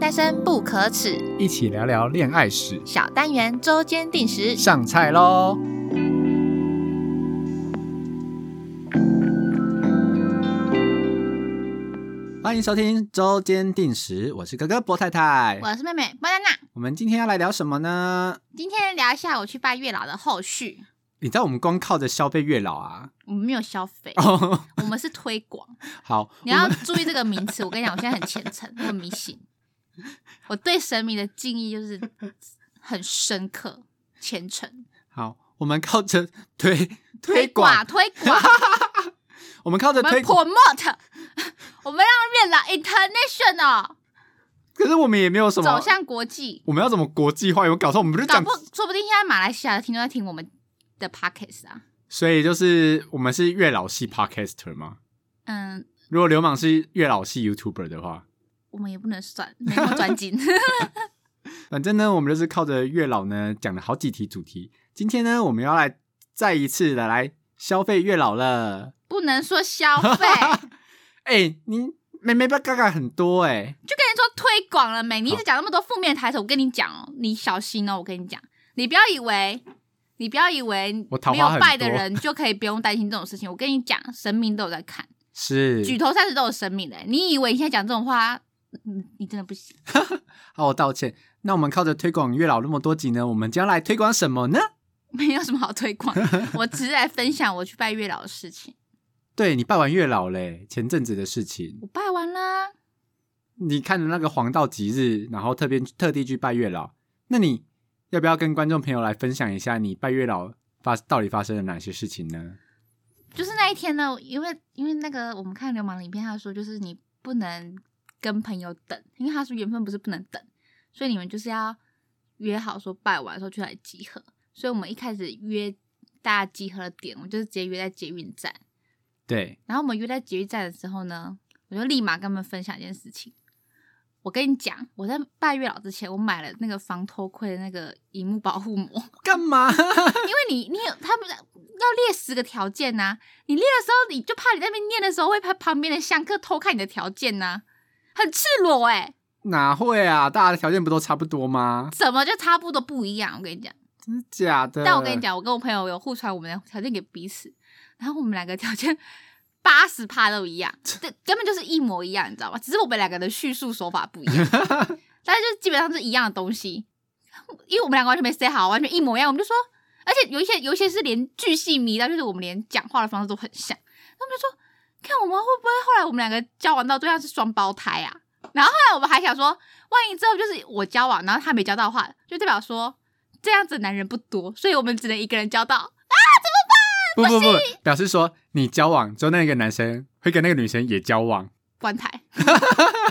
单身不可耻，一起聊聊恋爱史，小单元周间定时。上菜喽！欢迎收听周间定时，我是哥哥波太太。我是妹妹波娜娜，我们今天要来聊什么呢？今天聊一下我去拜月老的后续。你知道我们光靠着消费月老 啊？我们没有消费，哦，我们是推广。好，你我要们注意这个名词。我跟你讲，我现在很虔诚，很迷信。我对神明的敬意就是很深刻、虔诚。好，我们靠着推推推广，推广， 我们靠着我们推广， promote，我 们让月老 international 可是我们也没有什么走，向国际。我们要怎么国际化？有搞错，我们不是搞讲不，说不定现在马来西亚的听众在听我们的 podcast 啊。所以就是我们是月老系 podcaster 吗？嗯，如果流氓是月老系 YouTuber 的话，我们也不能算，没那么专精。 反正呢，我们就是靠着月老呢讲了好几题主题。今天呢，我们要来再一次的来消费月老了。不能说消 费，就跟哎、你妹妹不嘎嘎很多哎、你说推广了没？你一直讲那么多负面的台词，我跟你讲哦，你小心哦，我跟你讲，你不要以为。你不要以为我桃没花有很拜的多人就可以不用担心这种事情。我跟你讲，神明都有在看，举是，头三尺都有神明的。你以为你现在讲这种话，嗯你真的不行。好，我道歉。那我们靠着推广月老那么多集呢，我们将来推广什么呢？没有什么好推广， 我只是来分享我去拜月老的事情。对你拜完月老嘞，前阵子的事情，我拜完啦，你看了那个黄道吉日，然后特别特地去拜月老，那你要不要跟观众朋友来分享一下你拜月老发到底发生了哪些事情呢？就是那一天呢，因为因为那个我们看流氓的影片，他说就是你不能跟朋友等，因为他说缘分不是不能等，所以你们就是要约好说拜完的时候就来集合。所以我们一开始约大家集合的点，我就是直接约在捷运站。对，然后我们约在捷运站的时候呢，我就立马跟他们分享一件事情。我跟你讲，我在拜月老之前，我买了那个防偷窥的那个荧幕保护膜。干嘛？因为你你有他们要列十个条件呐、你列的时候你就怕你在那边念的时候会怕旁边的相克偷看你的条件呐、很赤裸哎、哪会啊？大家的条件不都差不多吗？怎么就差不多不一样？我跟你讲，真的假的？但我跟你，讲，我跟我朋友有互传我们的条件给彼此，然后我们两个条件八十趴都一样，这根本就是一模一样，你知道吗？只是我们两个的叙述手法不一样，但是就基本上是一样的东西，因为我们两个完全没 say 好，完全一模一样，我们就说，而且有一些有一些是连巨细迷到，就是我们连讲话的方式都很像，他们就说，看我们会不会后来我们两个交往到对象是双胞胎啊？然后后来我们还想说，万一之后就是我交往，然后他没交到的话，就代表说这样子的男人不多，所以我们只能一个人交到。不不不，表示说你交往之后，那个男生会跟那个女生也交 往，关 台，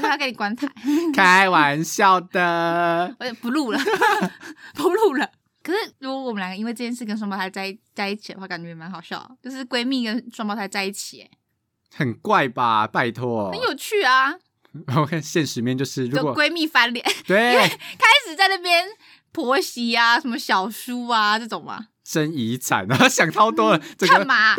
我要给你关台，开玩笑的。我不 录了，不录了。可是如果我们两个因为这件事跟双胞胎在在一起的话，感觉也蛮好笑的，就是闺蜜跟双胞胎在一起、欸，很怪吧？拜托很，有趣啊。我看现实面就是，就哦如果闺蜜翻脸，对开始在那边婆媳啊，什么小叔啊这种嘛，争遗产，然后想超 多了，这干个嘛？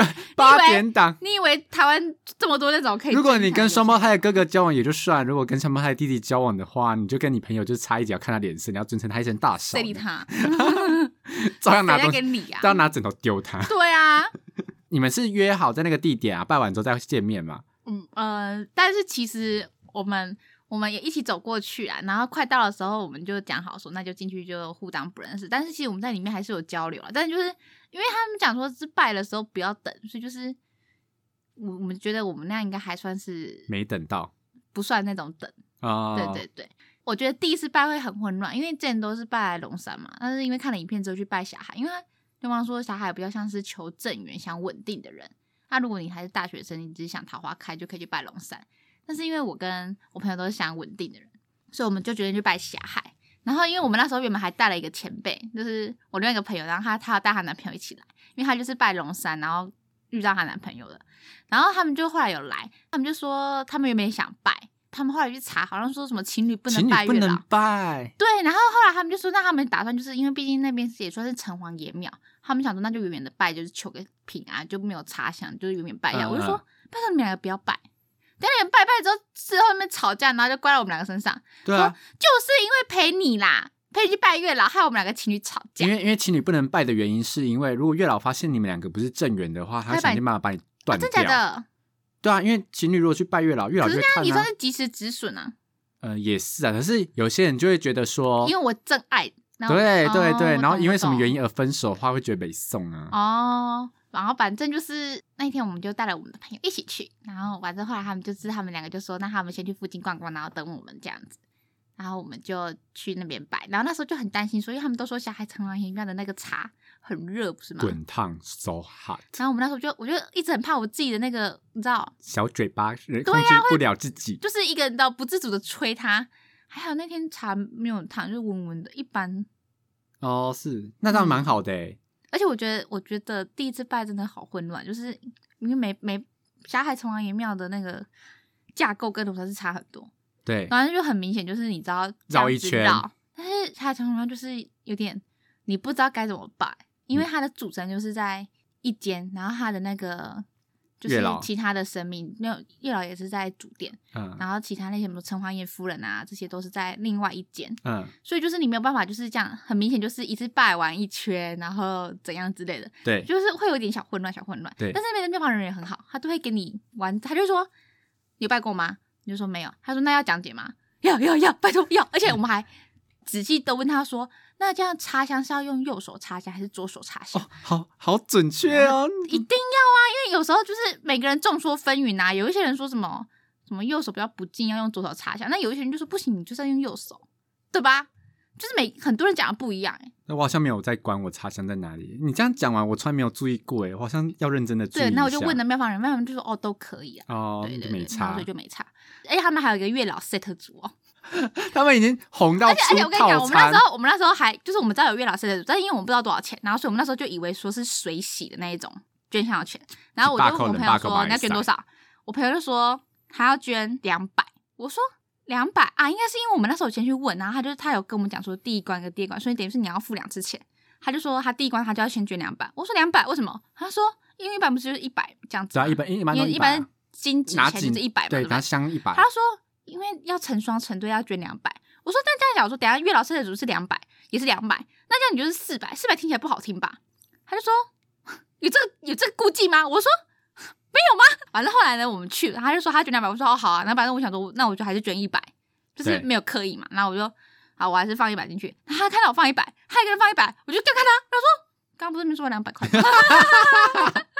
你八以为点档。你以为台湾这么多那种可以？如果你跟双胞，胎的哥哥交往也就算，如果跟双胞胎的弟弟交往的话，你就跟你朋友就差一脚看他脸色，你要尊称他一声大嫂谁，理他？ 照样拿谁在东西，跟你啊照？样拿枕头丢他。 对啊，你们是约好在那个地点啊，拜完之后再见面嘛？嗯呃，但是其实我们我们也一起走过去啊，然后快到的时候，我们就讲好说，那就进去就互当不认识。但是其实我们在里面还是有交流啊，但就是因为他们讲说是拜的时候不要等，所以就是我我们觉得我们那样应该还算是没等到不算那种等，啊，对对对。我觉得第一次拜会很混乱，因为之前都是拜龙山嘛，但是因为看了影片之后去拜霞海，因为他对方说霞海比较像是求正缘、想稳定的人。那如果你还是大学生，你只是想桃花开，就可以去拜龙山。但是因为我跟我朋友都是想稳定的人，所以我们就决定去拜霞海。然后因为我们那时候原本还带了一个前辈，就是我另外一个朋友，然后她她要带她男朋友一起来，因为她就是拜龙山，然后遇到她男朋友的。然后他们就后来有来，他们就说他们原本也想拜，他们后来去查，好像说什么情侣不能情拜侣不月老能，拜，对，然后后来他们就说，那他们打算就是因为毕竟那边也算是城隍爷庙，他们想说那就远远的拜，就是求个平安，就没有插香，就是远远拜一下。嗯我就嗯说，拜托你们两个不要拜，但是拜拜之后之后面吵架，然后就怪到我们两个身上，对啊，就是因为陪你啦，陪你去拜月老，害我们两个情侣吵架因。为因为情侣不能拜的原因，是因为如果月老发现你们两个不是正缘的话，他他会会把想你尽办法把你啊断掉。真假的？对啊，因为情侣如果去拜月老，月老可就是会那样看也算啊。是及时止损啊，呃，也是啊，可是有些人就会觉得说，因为我真爱。然后哦对对哦对，我然后懂因为我什么懂原因而分手的话，会觉得被送啊。哦，然后反正就是那一天，我们就带了我们的朋友一起去，然后反正后来他们就是他们两个就说，那他们先去附近逛逛，然后等我们这样子，然后我们就去那边摆，然后那时候就很担心说，因为他们都说小孩长廊医院的那个茶很热，不是吗？滚烫 so hot，然后我们那时候就，我就一直很怕我自己的那个，你知道，小嘴巴对啊呃控制不了自己。就是一个你知道不自主的吹它。还好那天茶没有很烫，就是温温的，一般。哦，是，那倒嗯蛮好的欸诶。而且我觉得，我觉得第一次拜真的好混乱，就是因为每每霞海崇王爷庙的那个架构跟龙山寺差很多，对，然后就很明显就是你知道这绕样一子圈绕但是霞海崇王就是有点你不知道该怎么拜，因嗯为它的主神就是在一间，然后它的那个就月是老其他的神明没有月老也是在主殿，嗯然后其他那些什么城隍爷夫人啊，这些都是在另外一间，嗯，所以就是你没有办法就是这样，很明显就是一次拜完一圈，然后怎样之类的。对，就是会有点小混乱，小混乱。对但是那边的庙旁人也很好，他都会给你玩，他就说你有拜过吗？你就说没有。他说那要讲解吗？要要要，拜托要！而且我们还仔细的问他说，那这样插香是要用右手插香还是左手插香？哦，好好准确啊，一定要啊，因为有时候就是每个人众说纷纭啊，有一些人说什么什么右手比较不敬，要用左手插香，那有一些人就说不行，你就是要用右手，对吧？就是每很多人讲的不一样、欸，那我好像没有在管我插香在哪里。你这样讲完，我从来没有注意过欸诶，我好像要认真的注意一对。下。那我就问了妙方人，妙方人就说哦都可以啊。哦对，对对，没然后差所以，就没差。而且他们还有一个月老 set 组哦，他们已经红到而且而出且我跟你讲，套我们那餐时。候我们那时候还就是我们知道有月老 set 组，但是因为我们不知道多少钱，然后所以我们那时候就以为说是水洗的那一种捐项的钱，然后我就问我朋友八扣的八扣说八你要捐多少，我朋友就说他要捐两百，我说。两百啊，应该是因为我们那时候先去问，然后他就他有跟我们讲说第一关跟第二关，所以等于是你要付两次钱。他就说他第一关他就要先捐两百，我说两百为什么？他说因为一百不是就是一百这样子只吗，要一般一般因都为一百般啊，金纸拿钱就是一百嘛，对，不对拿？香一百他，说因为要成双成对要捐两百。我说但这样讲，我说等一下月老生的组是两百，也是两百，那这样你就是四百，四百听起来不好听吧？他就说有这个有这个估计吗？我说没有吗？反正后来呢，我们去了，他就说他捐两百，我说哦好啊，那反正我想说那我就还是捐一百，就是对没有刻意嘛。然后我就好，我还是放一百进去。他看到我放一百，他一个人放一百，我就调看他，他说刚刚不是没说两百块吗？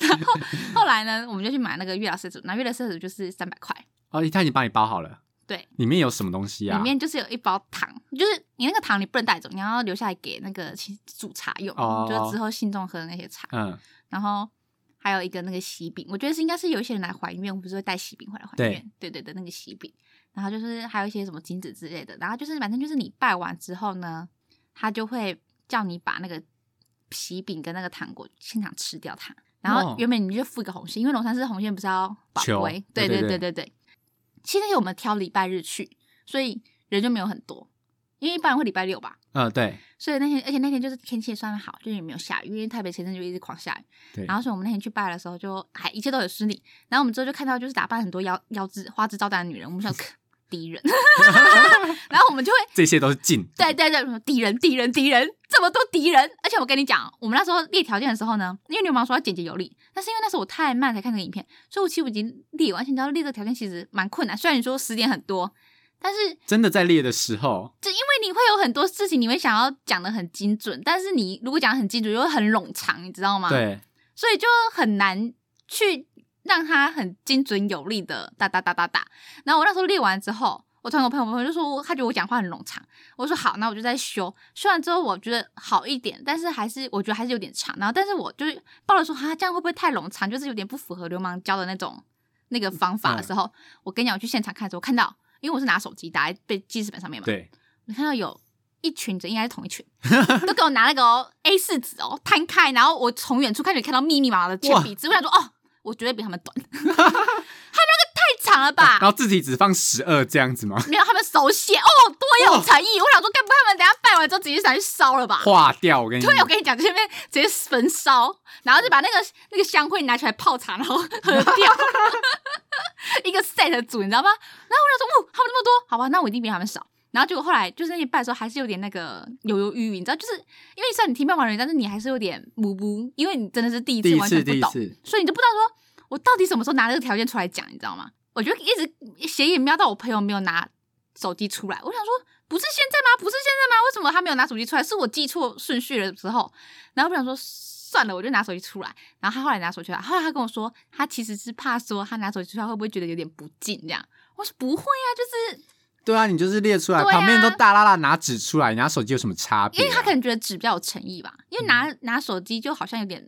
然后后来呢，我们就去买那个月老色组，那月老色组就是三百块。哦，他已经帮你包好了。对，里面有什么东西啊？里面就是有一包糖，就是你那个糖你不能带走，你要留下来给那个其煮茶用，哦就是之后信众喝的那些茶。嗯，然后还有一个那个喜饼，我觉得是应该是有一些人来还愿，不是会带喜饼回来还愿？对对对，那个喜饼。然后就是还有一些什么金子之类的，然后就是反正就是你拜完之后呢，他就会叫你把那个喜饼跟那个糖果现场吃掉它。然哦后原本你就付一个红线，因为龙山寺红线不是要保求归，对对对对对对对对。其实我们挑礼拜日去，所以人就没有很多，因为一般人会礼拜六吧，嗯，对所以那天而且那天就是天气也算好，就是也没有下雨，因为台北前阵就一直狂下雨。对，然后所以我们那天去拜的时候就，还一切都很顺利。然后我们之后就看到就是打扮很多腰腰肢花枝招展的女人，我们想敌人，然后我们就会这些都是进。对对对，说敌人敌人敌人，这么多敌人。而且我跟你讲，我们那时候列条件的时候呢，因为牛毛说要简洁有力，但是因为那时候我太慢才看那个影片，所以我其实我已经列完，而且你知道列这个条件其实蛮困难。虽然你说时间很多，但是真的在列的时候，就因为你会有很多事情，你会想要讲的很精准，但是你如果讲得很精准，又会很冗长，你知道吗？。对，所以就很难去让它很精准有力的哒哒哒哒哒。然后我那时候列完之后，我传给我朋友，我朋友就说他觉得我讲话很冗长，我说好，那我就再修。修完之后我觉得好一点，但是还是我觉得还是有点长。然后但是我就是抱着说啊，这样会不会太冗长？就是有点不符合流氓教的那种那个方法的时候，我跟你讲，我去现场看的时候我看到，因为我是拿手机打在被记事本上面嘛，对，我看到有一群人，应该是同一群，都给我拿那个、哦、A 四纸哦摊开，然后我从远处看就看到密密麻麻的铅笔字，我想说哦，我绝对比他们短， 他们那个太长了吧然？后字体只放十二这样子吗？没有，他们手写哦，多有诚意！我想说，该不会他们等一下拜完之后直接拿去烧了吧？划掉，我跟你对，我讲，跟你讲，这边直接焚烧，然后就把那个那个香灰拿起来泡茶，然后喝掉。 一个 set 组，你知道吗？然后我就说，哦，他们那么多，好吧，那我一定比他们少。然后结果后来就是那一半的时候，还是有点那个犹犹豫豫，你知道，就是因为虽然你听不完人，但是你还是有点模糊，因为你真的是第一第次一完全次，不第一懂，次，所以你就不知道说我到底什么时候拿这个条件出来讲，你知道吗？我就一直斜眼瞄到我朋友没有拿手机出来，我想说不是现在吗？不是现在吗？为什么他没有拿手机出来？是我记错顺序了之后，然后我想说算了，我就拿手机出来。然后他后来拿手机出来，后来他跟我说，他其实是怕说他拿手机出来会不会觉得有点不敬这样。我说不会啊，就是对啊，你就是列出来，对啊旁边都大拉拉拿纸出来，你拿手机有什么差别啊、因为他可能觉得纸比较有诚意吧，因为拿、拿手机就好像有点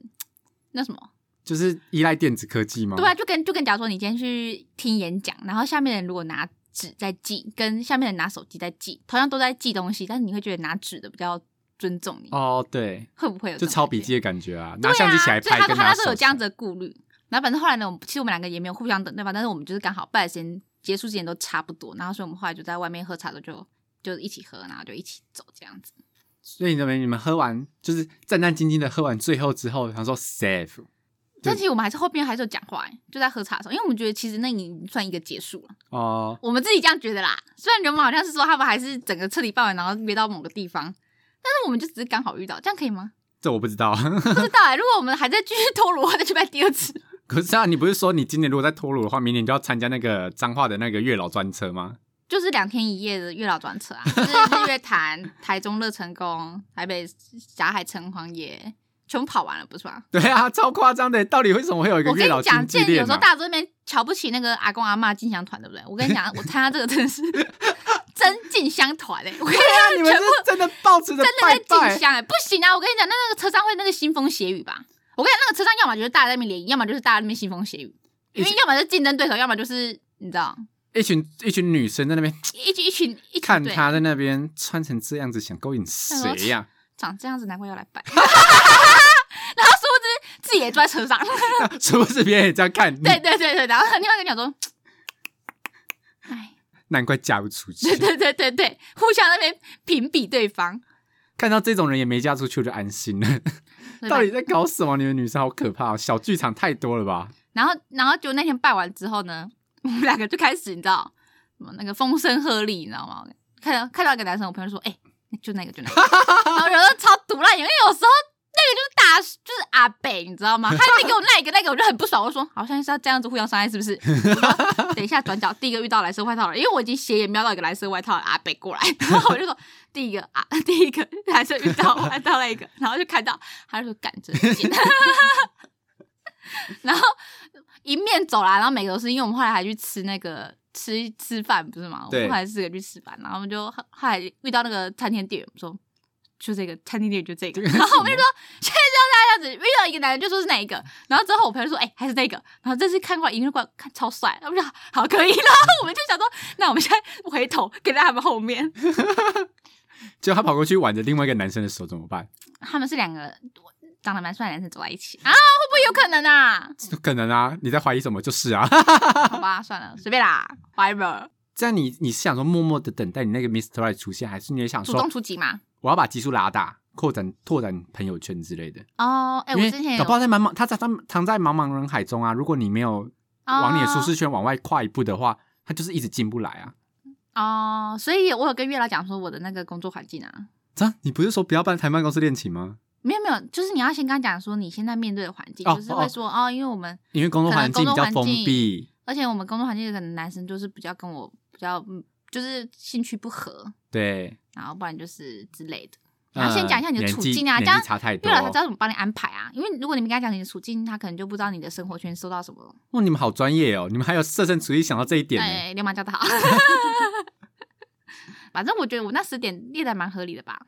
那什么。就是依赖电子科技嘛。对啊，就跟就跟假如说你今天去听演讲，然后下面的人如果拿纸在记，跟下面的人拿手机在记，同样都在记东西，但是你会觉得拿纸的比较尊重你，哦，对，会不会有这就种抄感笔觉记的感觉啊，对拿相机起来啊，所以拍他跟他那拿时手候有机这样子的顾虑。然后反正后来呢，我们其实我们两个也没有互相等对方，但是我们就是刚好拜的时间结束之前都差不多，然后所以我们后来就在外面喝茶的时候就就一起喝，然后就一起走这样子。所以你们你们喝完就是战战兢兢的喝完最后之后，想说 save，但其实我们还是后边还是有讲话、欸，就在喝茶的时候，因为我们觉得其实那已经算一个结束了。哦、我们自己这样觉得啦。虽然原本好像是说他们还是整个彻底办完，然后约到某个地方，但是我们就只是刚好遇到，这样可以 吗？这我不知道。不知道哎、如果我们还在继续拖罗，再去办第二次，可是啊，你不是说你今年如果在脱乳的话，明年就要参加那个彰化的那个月老专车吗？ 就是两天一夜的月老专车 啊，就是日月潭、台中乐成宫、台北霞海城隍爷，全部跑完了，不是吗？对啊，超夸张的，到底为什么会有一个我跟月老你讲，经见纪有链啊时呢、候大家都在那边瞧不起那个阿公阿妈进香团，对不对？我跟你讲，我参加这个真的是 真进香团哎、我跟你 对啊，你们全是真的抱持着真的在拜进拜，香哎、不行啊！我跟你讲，那那个车上会那个腥风血雨吧？我跟你讲，那个车上要么就是大家在那边联谊，要么就是大家在那边腥风血雨，因为要么是竞争对手，要么就是你知道，一群一群女生在那边一群一群一群看对他在那边穿成这样子，想勾引 谁呀、长这样子，难怪要来拜。 然后殊不知自己也坐在车 上，是不是别人也这样看你？对对对对，然后另外一个讲说，哎，难怪嫁不出去对。对对对对，互相在那边评比对方，看到这种人也没嫁出去，我就安心了。对吧到底在搞什么？你们女生好可怕、哦，小剧场太多了吧？然后，然后就那天拜完之后呢，我们两个就开始，你知道，什么那个风声鹤唳，你知道吗？看到看到一个男生，我朋友就说：“哎、就那个，就那个。”然后有人超毒烂，因为有时候那个就是大，就是阿北，你知道吗？他一直给我那一个那个，我就很不爽，我就说：“好像是要这样子互相伤害，是不是？”我说等一下转角，第一个遇到蓝色外套了，因为我已经斜眼瞄到一个蓝色外套的阿北过来，然后我就说：“第一个啊，第一个蓝色遇到我看到了一个，然后就看到，他就说赶着见。”然后迎面走来，然后每个都是，因为我们后来还去吃那个吃吃饭，不是吗？我对们后来四个去吃饭，然后我们就后来遇到那个餐厅店员，我说就这个餐厅店员就这个， 然后我们就说现在就要这样子，遇到一个男人就说是哪一个，然后之后我朋友说哎、还是那个，然后这次看过来一过来看超帅，我们就说好可以，然后 我们就想说那我们现在回头跟在他们后面，结果他跑过去挽着另外一个男生的手怎么办？ 他们是两个长得蛮帅的男生走在一起啊，会不会有可能啊？这可能啊，你在怀疑什么？就是啊， 好吧，算了，随便啦，whatever， 这样你你是想说默默的等待你那个 Mr. Right 出现，还是你也想主说动出击嘛。我要把基数拉大，扩展拓展朋友圈之类的？哦，哎、因我为之前有搞不好在茫茫，他在他藏在茫茫人海中啊。如果你没哦有往你的舒适圈往外跨一步的话，他就是一直进不来啊。哦哦，所以我有跟月老讲说我的那个工作环境啊，这你不是说不要办谈办公室恋情吗？没有没有，就是你要先跟他讲说你现在面对的环境，哦就是会说哦因为我们因为工作环境比较封闭，而且我们工作环境可能男生就是比较跟我比较嗯就是兴趣不合，对。然后不然就是之类的。呃然后先讲一下你的年处纪境啊，这年样纪差太多月。老才知道怎么帮你安排啊。因为如果你没跟他讲你的处境，他可能就不知道你的生活圈受到什么。哇，你们好专业哦！你们还有设身处地想到这一点哦呢。哎，流氓教的好。 反正我觉得我那十点列的蛮合理的吧。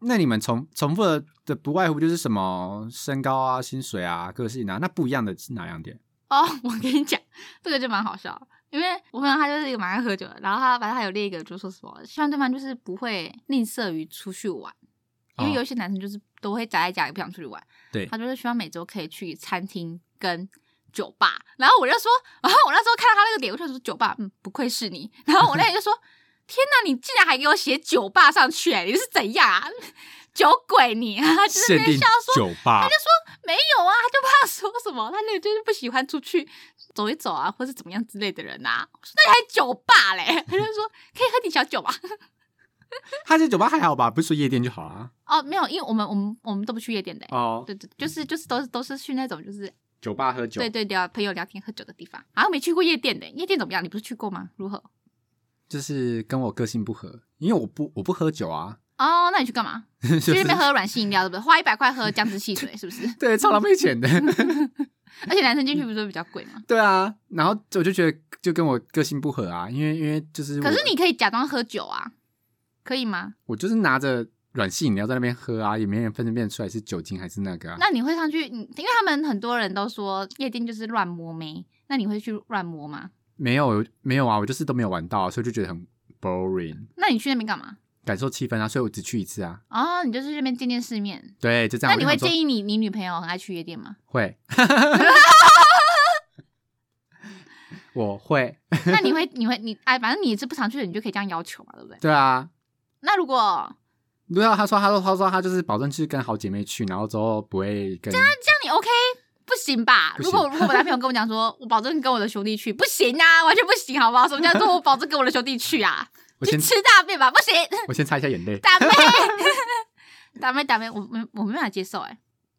那你们重重复的的不外乎就是什么身高啊、薪水啊、个性啊，那不一样的是哪两点？哦，我跟你讲，这个就蛮好笑，因为我朋友他就是一个蛮爱喝酒的，然后他反正他有列一个，就说什么希望对方就是不会吝啬于出去玩，因为哦有一些男生就是都会宅在家里不想出去玩，对他就是希望每周可以去餐厅跟。酒吧，然后我就说，然后我那时候看到他那个点，我就说酒吧，嗯，不愧是你。然后我那天就说，天哪，你竟然还给我写酒吧上去、欸，你是怎样啊？ 酒鬼你啊，他就是限在那边定笑说酒吧，没有啊，他就怕说什么，他那个就是不喜欢出去走一走啊，或是怎么样之类的人啊。我说那还酒吧嘞，他就说可以喝点小酒吧。他这酒吧还好吧？不是说夜店就好啊？哦，没有，因为我们我们我们都不去夜店的、哦，对对，就是就是都是都是去那种就是酒吧喝酒对对聊朋友聊天喝酒的地方，好像没去过夜店的、夜店怎么样？你不是去过吗？如何？就是跟我个性不合，因为我不我不喝酒啊，哦，那你去干嘛？就去是那边喝软性饮料，对不对？花一百块喝姜汁汽水，是不 是？对超浪费钱的， 而且男生进去不是比较贵吗？对啊。然后我就觉得就跟我个性不合啊，因为因为就是可我是你可以假装喝酒啊，可以吗？我就是拿着软性饮料在那边喝啊，也没人分辨出来是酒精还是那个啊。那你会上去？你嗯因为他们很多人都说夜店就是乱摸妹，那你会去乱摸吗？没有没有啊，我就是都没有玩到啊、所以就觉得很 boring，那你去那边干嘛？感受气氛啊，所以我只去一次啊。哦，你就是去那边见见世面。对，就这那样。你我会就想说建议你你女朋友很爱去夜店吗？ 会， 我会，那你会你会你哎，反正你是不常去的，你就可以这样要求嘛，对不对？对啊。那如果对啊，他说，他说，他说，他就是保证是跟好姐妹去，然后之后不会跟。这样你 OK 不行吧？不行如果如果我男朋友跟我讲说，我保证跟我的兄弟去，不行啊，完全不行，好不好？什么叫做我保证跟我的兄弟去啊？ 我去先，吃大便吧，不行，我先擦一下眼泪。打妹， 打妹，打妹，我没我没办法接受哎、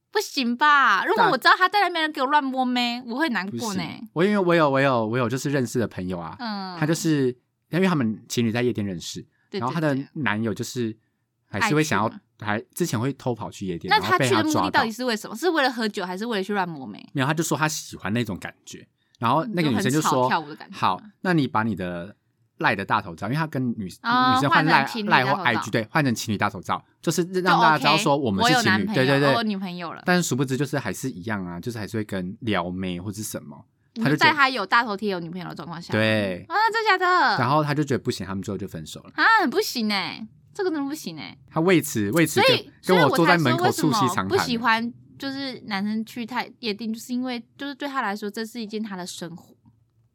不行吧？如果打我知道他在那边给我乱摸妹，我会难不过呢、行，我因为我有，我有，我有，就是认识的朋友啊，嗯，他就是因为他们情侣在夜店认识，对对对然后她的男友就是还爱是会想去要，还之前会偷跑去夜店，那然后他被去的目抓的到到底。是为什么？是为了喝酒，还是为了去乱摸妹？没有，他就说他喜欢那种感觉，然后那嗯就个女很生就吵说跳舞的感：“觉好吗，那你把你的赖的大头照，因为他跟女、哦女生换成赖情侣赖大或头照 IG 对，换成情侣大头照，就是就让大家 OK，知道说我们有是情男侣，朋友，对对我有对。女朋友了。但是殊不知就是还是一样啊，就是还是会跟撩妹或是什么，你他就就在觉得他有大头贴、有女朋友的状况下，对，啊，真假然的后他就觉得不行，他们最后就分手了。啊，很不行哎、这个真的不行哎、他为此为此所以，跟所以跟坐才在说门口为什促膝么长不谈喜了，欢就是男生去太夜店，就是因为就是对他来说，这是一件他的生活，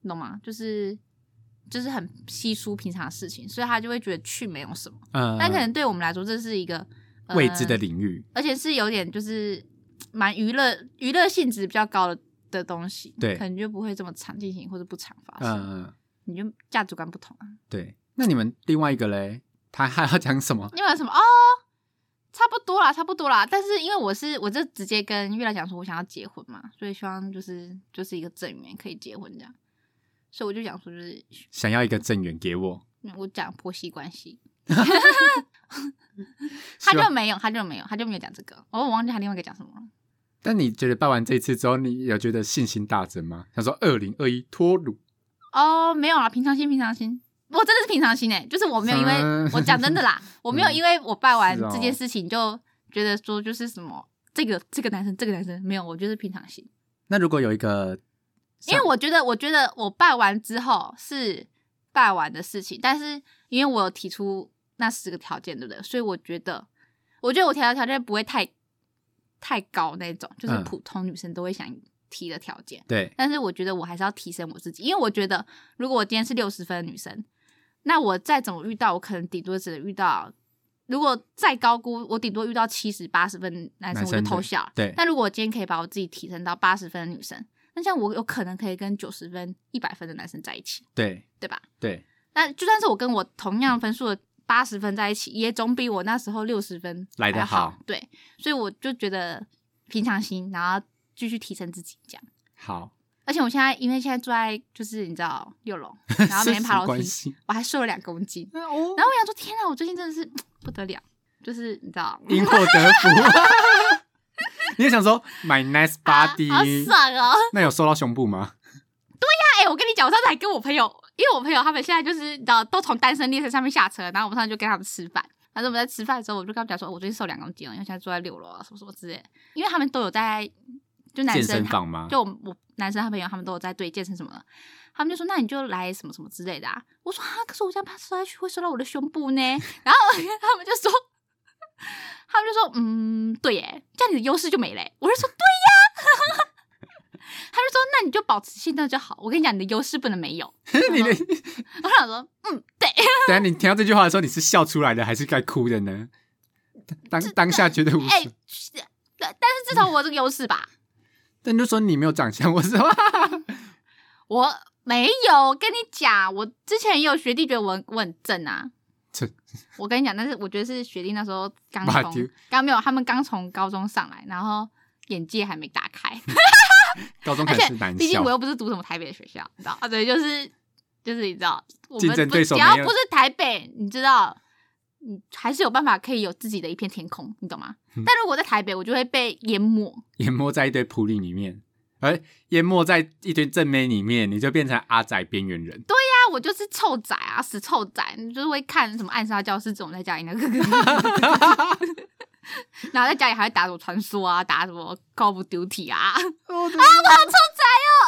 你懂吗？就是就是很稀疏平常的事情，所以他就会觉得去没有什么。嗯，但可能对我们来说，这是一个、呃未知的，领域，而且是有点就是蛮娱乐娱乐性质比较高的的东西，对可能就不会这么常进行或者不常发生，嗯，嗯你就价值观不同啊。对。那你们另外一个嘞，他还要讲什么？你有什么哦？差不多啦，差不多啦。但是因为我是我就直接跟月亮讲说，我想要结婚嘛，所以希望就是就是一个正缘可以结婚这样。所以我就讲说，就是想要一个正缘给我，嗯我讲婆媳关 系，他希望就没有，他就没有，他就没有讲这个。哦我忘记他另外一个讲什么了。但你觉得办完这一次之后，你有觉得信心大增吗？想说二零二一脱乳，哦，没有啦，平常心，平常心。我真的是平常心哎、就是我没有因为、嗯我讲真的啦，我没有因为我办完是哦这件事情就觉得说就是什么、这个这个男生这个男生没有，我就是平常心。那如果有一个因像，为我觉得，我觉得我办完之后是办完的事情，但是因为我有提出那十个条件，对不对？所以我觉得，我觉得我提的条件不会太太高那种，就是嗯普通女生都会想提的条件。对但是我觉得我还是要提升我自己，因为我觉得如果我今天是六十分的女生，那我再怎么遇到，我可能顶多只能遇到，如果再高估，我顶多遇到七十八十分男生男我就生的偷笑了。对但如果我今天可以把我自己提升到八十分的女生，那这样我有可能可以跟九十分、一百分的男生在一起，对对吧？对，那就算是我跟我同样分数的八十分在一起，也总比我那时候六十分来得还好。对，所以我就觉得平常心，然后继续提升自己，这样。 好，而且我现在因为现在住在就是你知道六 楼，然后每天是什爬么楼关梯，系我还瘦了两公斤。哦，然后我想说，天啊，我最近真的是不得了，就是你知道，因祸得 福。你也想说 my nice 啊好 body，、爽哦！那有收到胸部吗？哎、我跟你讲，我上次还跟我朋友，因为我朋友他们现在就是你知道都从单身列车上面下车，然后我们上次就跟他们吃饭。反正我们在吃饭的时候，我就跟他们讲说，哦我最近瘦两公斤了，因为现在住在六楼啊，什么什么之类的。因为他们都有在，就男健生身他房吗？ 就我我男生他朋友他们都有在对健身什么的，他们就说那你就来什么什么之类的啊。我说啊，可是我这样怕摔下去会摔到我的胸部呢。然后 他们就说，他们就说嗯，对耶，这样你的优势就没嘞。我就说对呀，他就说那你就保持现在就好。我跟你讲，你的优势不能没有。你的，我想说嗯，对，等一下你听到这句话的时候，你是笑出来的还是该哭的呢？当当下觉得无哎、耻，是但但是至少我有这个优势吧，但就说你没有长相，我说哈哈哈哈我没有。我跟你讲，我之前也有学弟觉得我很我很正啊正。我跟你讲，但是我觉得是学弟那时候刚 把从丢刚没有，他们刚从高中上来，然后眼界还没打 开。 高中而可能且是男毕竟校我，又不是读什么台北的学校，你知道啊？对，就是 就是你知道，我竞们争不对手只没要有不是台北，你知道，你还是有办法可以有自己的一片天空，你懂吗？嗯但如果在台北，我就会被淹没。淹没在一堆普里里面，而淹没在一堆正妹里面，你就变成阿宅边缘人。那我就是臭仔啊，死臭仔，你就是会看什么《暗杀教室》这种在家里那个。 然后在家里还会打什么传说啊，打什么 Call of Duty 啊， 哦，对啊，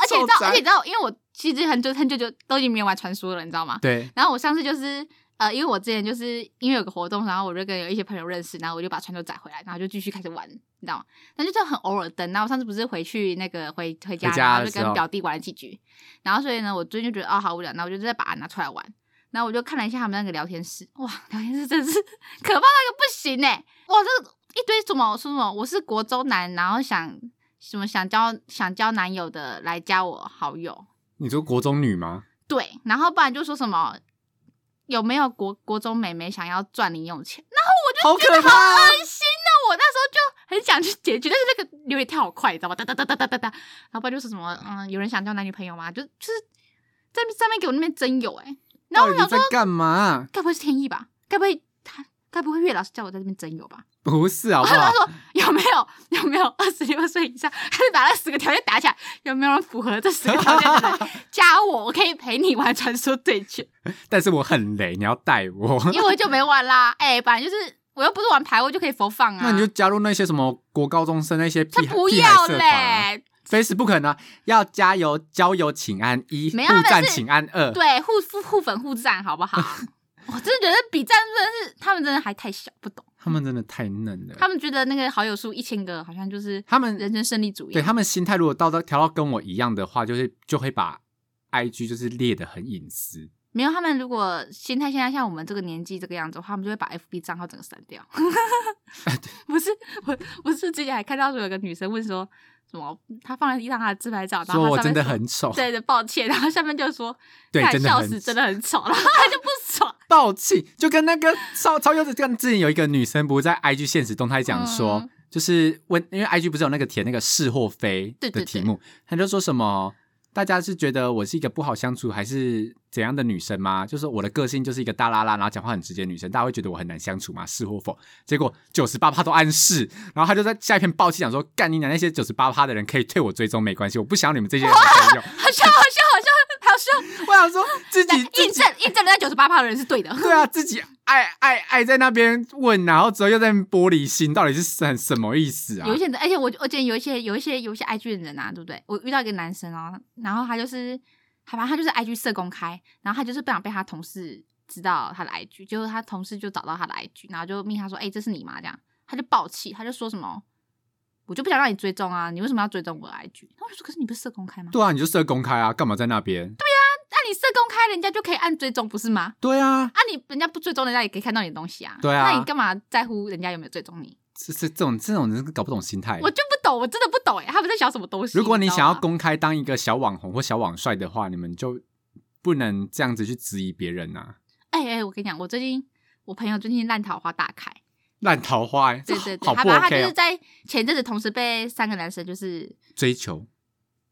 而且你知臭宅道，而且你知道，因为我其实很久很久就都已经没有玩传说了，你知道吗？对，然后我上次就是呃，因为我之前就是因为有个活动，然后我就跟有一些朋友认识，然后我就把川州载回来，然后就继续开始玩，你知道吗？但就是很偶尔登。然后我上次不是回去那个回回家，回家然后的就时跟候表弟玩了几局，然后所以呢，我最近就觉得哦好无聊，那我就再把它拿出来玩。然后我就看了一下他们那个聊天室，哇，聊天室真是可怕到一个不行哎、哇，这个一堆什么说什么，我是国中男，然后想什么想交想交男友的来加我好友，你说国中女吗？对，然后不然就说什么有没有国国中美眉想要赚零用钱？那好可怕啊！我那时候就很想去解决，但是那个有点跳好快，你知道吗？哒哒哒哒哒哒哒，然后不然就是什么嗯，有人想交男女朋友吗？就就是在上面给我那边真有哎、然后到我底想在说，干嘛？该不会是天意吧？该不会他？该不会岳老师叫我在这边真有吧？不是好不他好？说有没有有没有二十六岁以上？他就把那十个条件打起来，有没有人符合这十个条件的 人加我？我可以陪你玩传说对决。但是我很累，你要带我。 因为我就没玩啦。 哎、本来就是我又不是玩排位就可以佛放啊。那你就加入那些什么国高中生那些他屁孩不屁孩要社团啊嘞， ，Facebook 呢？啊要加油，交友请按一，没有互他赞们是请按二。对互互互粉互赞好 不好？我真的觉得比赞真的是他们真的还太小，不懂。他们真的太嫩了，他们觉得那个好友数一千个好像就是他们人生胜利主义对。他们心态如果到到调到跟我一样的话，就是就会把 IG 就是列的很隐私。没有，他们如果心态现在像我们这个年纪这个样子的话，他们就会把 FB 账号整个删 掉。 不是，我我是之前还看到有个女生问说什么，她放了一张她的自拍照，然后说她我上真面的说很丑，对的，抱歉。 然后下面就说，哦对看真的笑很死，真的很丑。 然后他就不爽，暴气，就跟那个超超优子，跟之前有一个女生不是在 IG 现实动态讲说，嗯就是问，因为 IG 不是有那个填那个是或非对的对题目，她就说什么。大家是觉得我是一个不好相处还是怎样的女生吗？就是我的个性就是一个大拉拉，然后讲话很直接的女生，大家会觉得我很难相处吗？是或否？结果九十八趴都暗示，然后他就在下一篇暴气讲说：“干你娘！那些九十八趴的人可以退我追踪没关系，我不想要你们这些人的朋友。 好笑，好笑，好笑，好笑。”我想说自己自印己证印证了那九十八趴的人是对的， 对啊，自己爱爱爱在那边问，然后之后又在那边玻璃心，到底是很什么意思啊有？一些人，而且我我记得有一些有一些有一些 IG 的人啊，对不对？我遇到一个男生哦，然后他就是，好吧，他就是 IG 社公开，然后他就是不想被他同事知道他的 IG，结果他同事就找到他的 IG，然后就命他说：“哎、这是你吗？”这样，他就暴气，他就说什么：“我就不想让你追踪啊，你为什么要追踪我的 IG？” 那我就说：“可是你不是社公开吗？对啊，你就设公开啊，干嘛在那边？那你社公开，人家就可以按追踪，不是吗？”对啊，啊你，人家不追踪，人家也可以看到你的东西啊。对啊那你干嘛在乎人家有没有追踪你？这这这种这种人搞不懂心态我。就不懂，我真的不懂哎，他们在想什么东西？哎如果你你知道想吗啊要公开当一个小网红或小网帅的话，你们就不能这样子去质疑别人啊。哎哎、我跟你讲，我最近我朋友最近烂桃花大开，烂桃花、欸，对对这对，好他不把他就 OK 是哦。在前阵子同时被三个男生就是追求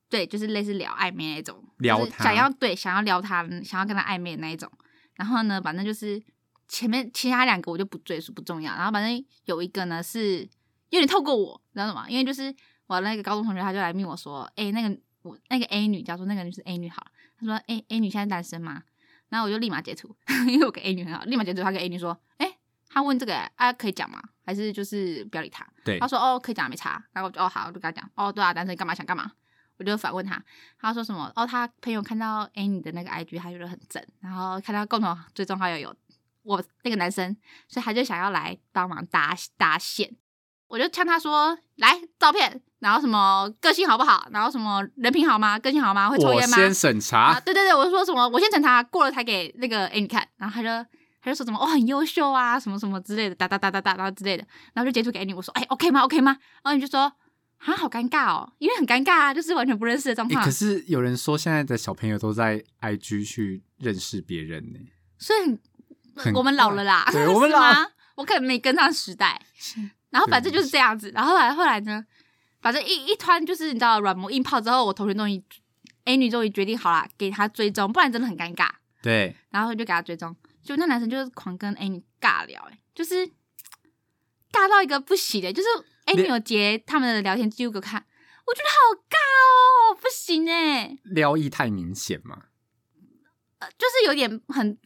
对，就是类似聊暧昧那种，撩就是他想要对想要撩他，想要跟他暧昧的那一种。然后呢，反正就是前面其他两个我就不赘述，不重要。然后反正有一个呢是有点透过我，你知道吗？因为就是我那个高中同学，他就来问我说：“哎、那个我那个 A 女，假如说那个就是 A 女好了，他说：‘哎、a 女现在单身吗？’然后我就立马截图， 因为我跟 A 女很好，立马截图。他跟 A 女说：‘哎、他问这个啊，可以讲吗？还是就是不要理他？’对他，说哦可以讲没差，然后我就哦好，我就跟他讲哦对啊，单身干嘛想干嘛，我就反问他，他说什么哦他朋友看到 A 你的那个 IG，他觉得很正，然后看到共同追踪好友有我那个男生，所以他就想要来帮忙搭搭线，我就呛他说来照片，然后什么个性好不好，然后什么人品好吗，个性好吗，会抽我烟吗？先审查啊，，对对对，我就说什么我先审查过了才给那个 A 你看，然后他就他就说什么哦很优秀啊，什么什么之类的，哒哒哒哒哒哒之类的，然后就截图给你，我说哎 OK 吗 OK 吗？然后你就说啊好尴尬哦，因为很尴尬啊，就是完全不认识的状欸况可，是有人说现在的小朋友都在 IG 去认识别人呢、所以很很我们老了啦， 对我们老是吗？我可能没跟上时代，然后反正就是这样子，然后后来后来呢，反正一一团就是你知道软磨硬泡之后，我同学终于 A 女终于决定好啦，给她追踪，不然真的很尴尬。对，然后就给他追踪，就那男生就是狂跟 A 女尬聊、欸，就是尬到一个不行的、欸就是 A 女有截他们的聊天记录给我看，我觉得好尬哦，不行哎、撩意太明显嘛，呃就是有点很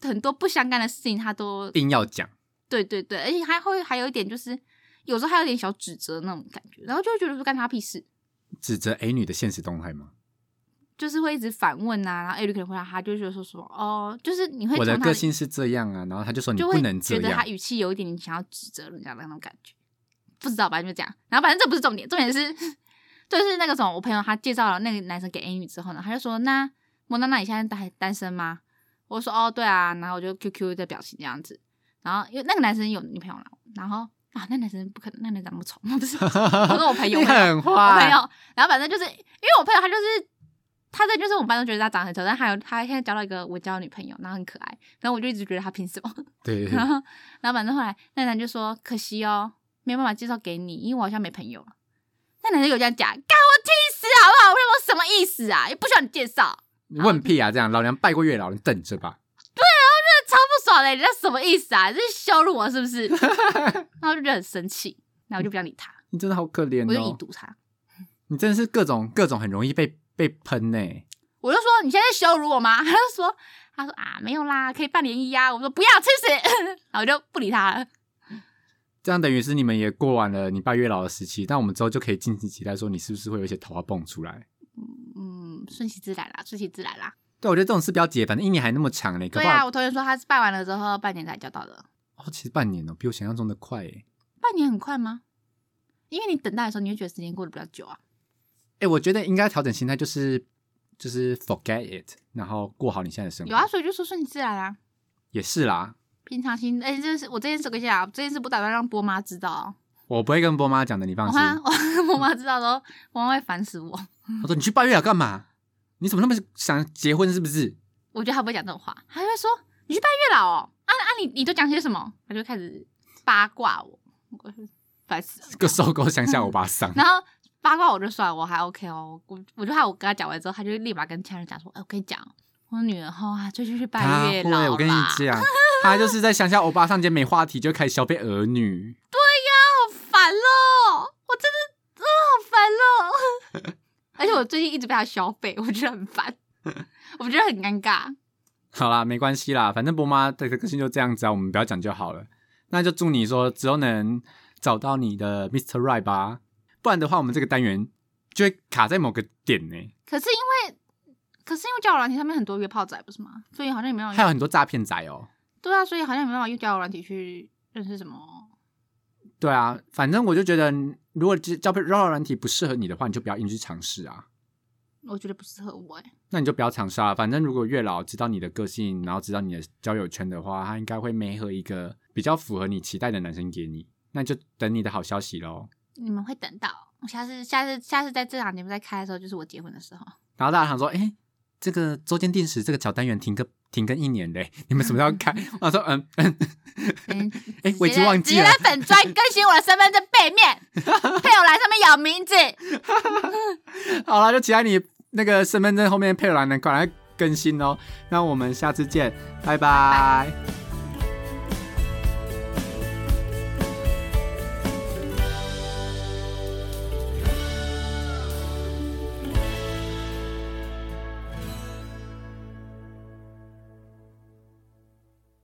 很多不相干的事情，他都硬要讲。对对对，而且还会还有一点就是有时候还有点小指责那种感觉，然后就会觉得说干他屁事，指责 A 女的现实动态吗？就是会一直反问啊，然后 A 女可能回答他，就会觉得说什么哦，就是你会我从的他个性是这样啊，然后他就说你就不会能这觉得他样，语气有一点想要指责人家的那种感觉，不知道吧，就这样。然后反正这不是重点，重点是就是那个什么，我朋友他介绍了那个男生给 A 女之后呢，他就说：“那莫娜娜，你现在单单身吗？”我说：“哦，对啊。”然后我就 QQ 的表情这样子。然后因为那个男生有女朋友了，然后啊，那男生不可能，那男生长那么丑， 不是 我说我朋友你很我朋坏，友，然后反正就是因为我朋友他就是他在就是我们班都觉得他长得很丑，但还有他现在交到一个我交的女朋友，然后很可爱，然后我就一直觉得他凭什么？对 对然对，后，然后反正后来那男就说：“可惜哦，没有办法介绍给你，因为我好像没朋友了。”那男就有这样讲，干我气死好不好？我说什么意思啊？也不需要你介绍，你问屁啊！这样老娘拜过月老，你等着吧。真的超不爽的，人家什么意思啊？这是羞辱我是不 是？然后我就觉得很生气，然后我就不想理他，你真的好可怜我就已哦，读他，你真的是各种各种很容易被被喷欸呢、我就说：“你现在在羞辱我吗？”他就说：“他说啊，没有啦，可以办联谊啊。”我说：“不要，吃屎！” 然后我就不理他了。这样等于是你们也过完了你拜月老的时期，但我们之后就可以敬请期待说你是不是会有一些桃花蹦出来。嗯，顺其自然啦，顺其自然啦。对，我觉得这种事不要急，反正一年还那么长呢，搞对不啊，好、我同学说他是拜完了之后半年才交到的。哦，其实半年哦，比我想象中的快欸诶。半年很快吗？因为你等待的时候，你会觉得时间过得比较久啊。诶，我觉得应该调整心态，就是就是 forget it，然后过好你现在的生活。有啊，所以就说顺其自然啊，也是啦，平常心。哎、这是我这件事跟你讲啊，这件事不打算让波妈知道哦。我不会跟波妈讲的，你放我心。怕我怕波妈知 道的时候，波妈会烦死我。我说你去拜月老啊干嘛？你怎么那么想结婚是不是？我觉得她不会讲这种话，她会说你去拜月老哦，啊啊你你都讲些什么？她就开始八卦我，我就烦死 了。个搜狗想吓我巴桑。然后八卦我就算了，我还 OK 哦。我我就怕我跟她讲完之后，她就立马跟其他人讲说，哎、我跟你讲，我女儿后啊，最近去拜他月会，老我跟你啦 讲，他就是在乡下欧巴上间没话题就开始消费儿女。好烦咯，我真的，嗯、好烦咯。 而且我最近一直被他消费，我觉得很烦， 我觉得很尴尬。好啦，没关系啦，反正波妈的个性就这样子啊，我们不要讲就好了。那就祝你说之后能找到你的 Mr. Right 吧，不然的话，我们这个单元就会卡在某个点呢、可是因为，可是因为交友软体上面很多约炮仔不是吗？所以好像也没有还有很多诈骗仔哦。对啊，所以好像也没办法用交友软体去认识什么。对啊，反正我就觉得，如果这交配交友软体不适合你的话，你就不要硬去尝试啊。我觉得不适合我哎、那你就不要尝试啊。反正如果月老知道你的个性，然后知道你的交友圈的话，他应该会媒合一个比较符合你期待的男生给你。那就等你的好消息喽。你们会等到我下次、下次、下次在这场节目再开的时候，就是我结婚的时候。然后大家想说，哎、这个周间定时这个小单元停更停更一年嘞，你们什么时候开？ 我说，嗯嗯，嗯， 哎、我已经忘直记接了在。粉砖更新我的身份证背面， 配偶栏上面有名字。好了，就期待你那个身份证后面配偶栏能赶快更新哦。那我们下次见，拜拜